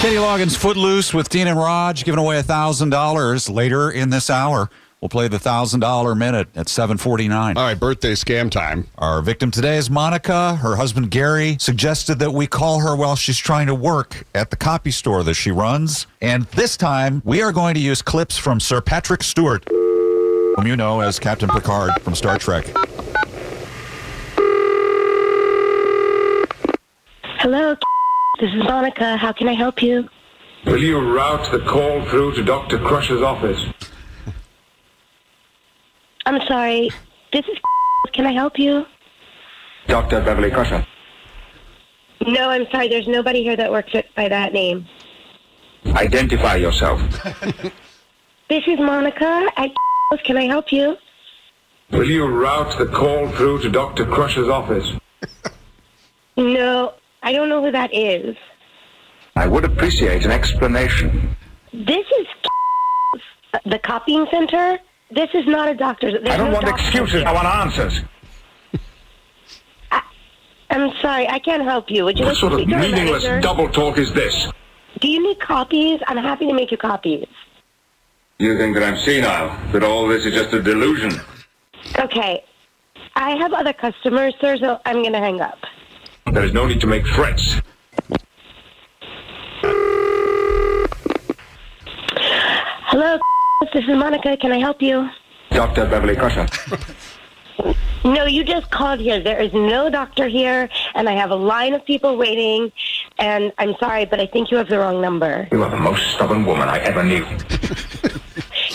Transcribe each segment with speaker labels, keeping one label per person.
Speaker 1: Kenny Loggins, Footloose with Dean and Raj, giving away $1,000 later in this hour. We'll play the $1,000 minute at 749.
Speaker 2: All right, birthday scam time.
Speaker 1: Our victim today is Monica. Her husband Gary suggested that we call her while she's trying to work at the copy store that she runs. And this time, we are going to use clips from Sir Patrick Stewart, whom you know as Captain Picard from Star Trek.
Speaker 3: Hello, this is Monica. How can I help you?
Speaker 4: Will you route the call through to Dr. Crusher's office?
Speaker 3: I'm sorry. This is. Can I help you?
Speaker 4: Dr. Beverly Crusher.
Speaker 3: No, I'm sorry. There's nobody here that works at- by that name.
Speaker 4: Identify yourself.
Speaker 3: This is Monica. At can I help you?
Speaker 4: Will you route the call through to Dr. Crusher's office?
Speaker 3: No, I don't know who that is.
Speaker 4: I would appreciate an explanation.
Speaker 3: This is the copying center. This is not a doctor's.
Speaker 4: I
Speaker 3: there's
Speaker 4: don't
Speaker 3: no
Speaker 4: want
Speaker 3: doctor
Speaker 4: excuses.
Speaker 3: here.
Speaker 4: I want answers.
Speaker 3: I'm sorry. I can't help you. Would you
Speaker 4: What
Speaker 3: like to
Speaker 4: sort of
Speaker 3: speak to our
Speaker 4: meaningless
Speaker 3: manager?
Speaker 4: double talk is this?
Speaker 3: Do you need copies? I'm happy to make you copies.
Speaker 4: You think that I'm senile? That all this is just a delusion?
Speaker 3: Okay. I have other customers, sir, so I'm going to hang up.
Speaker 4: There is no need to make threats.
Speaker 3: Hello, this is Monica. Can I help you?
Speaker 4: Dr. Beverly Crusher.
Speaker 3: No, you just called here. There is no doctor here, and I have a line of people waiting. And I'm sorry, but I think you have the wrong number.
Speaker 4: You are the most stubborn woman I ever knew.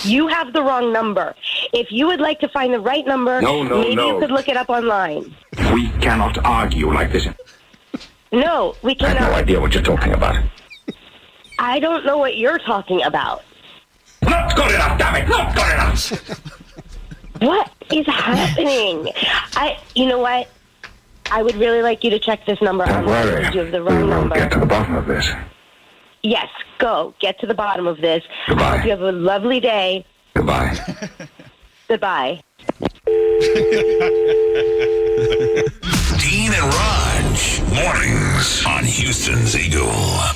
Speaker 3: You have the wrong number. If you would like to find the right number,
Speaker 4: No, no,
Speaker 3: maybe
Speaker 4: no.
Speaker 3: you could look it up online.
Speaker 4: We cannot argue like this.
Speaker 3: No, we
Speaker 4: I have
Speaker 3: cannot.
Speaker 4: no idea what you're talking about.
Speaker 3: I don't know what you're talking about.
Speaker 4: Not good enough, damn it! Not good enough!
Speaker 3: What is happening? I, you know what? I would really like you to check this number
Speaker 4: Don't
Speaker 3: online.
Speaker 4: worry.
Speaker 3: You have the
Speaker 4: we
Speaker 3: wrong
Speaker 4: will
Speaker 3: number.
Speaker 4: get to the bottom of this.
Speaker 3: Yes, go get to the bottom of this.
Speaker 4: Goodbye.
Speaker 3: You have a lovely day.
Speaker 4: Goodbye.
Speaker 3: Goodbye.
Speaker 5: Dean and Raj, mornings on Houston's Eagle.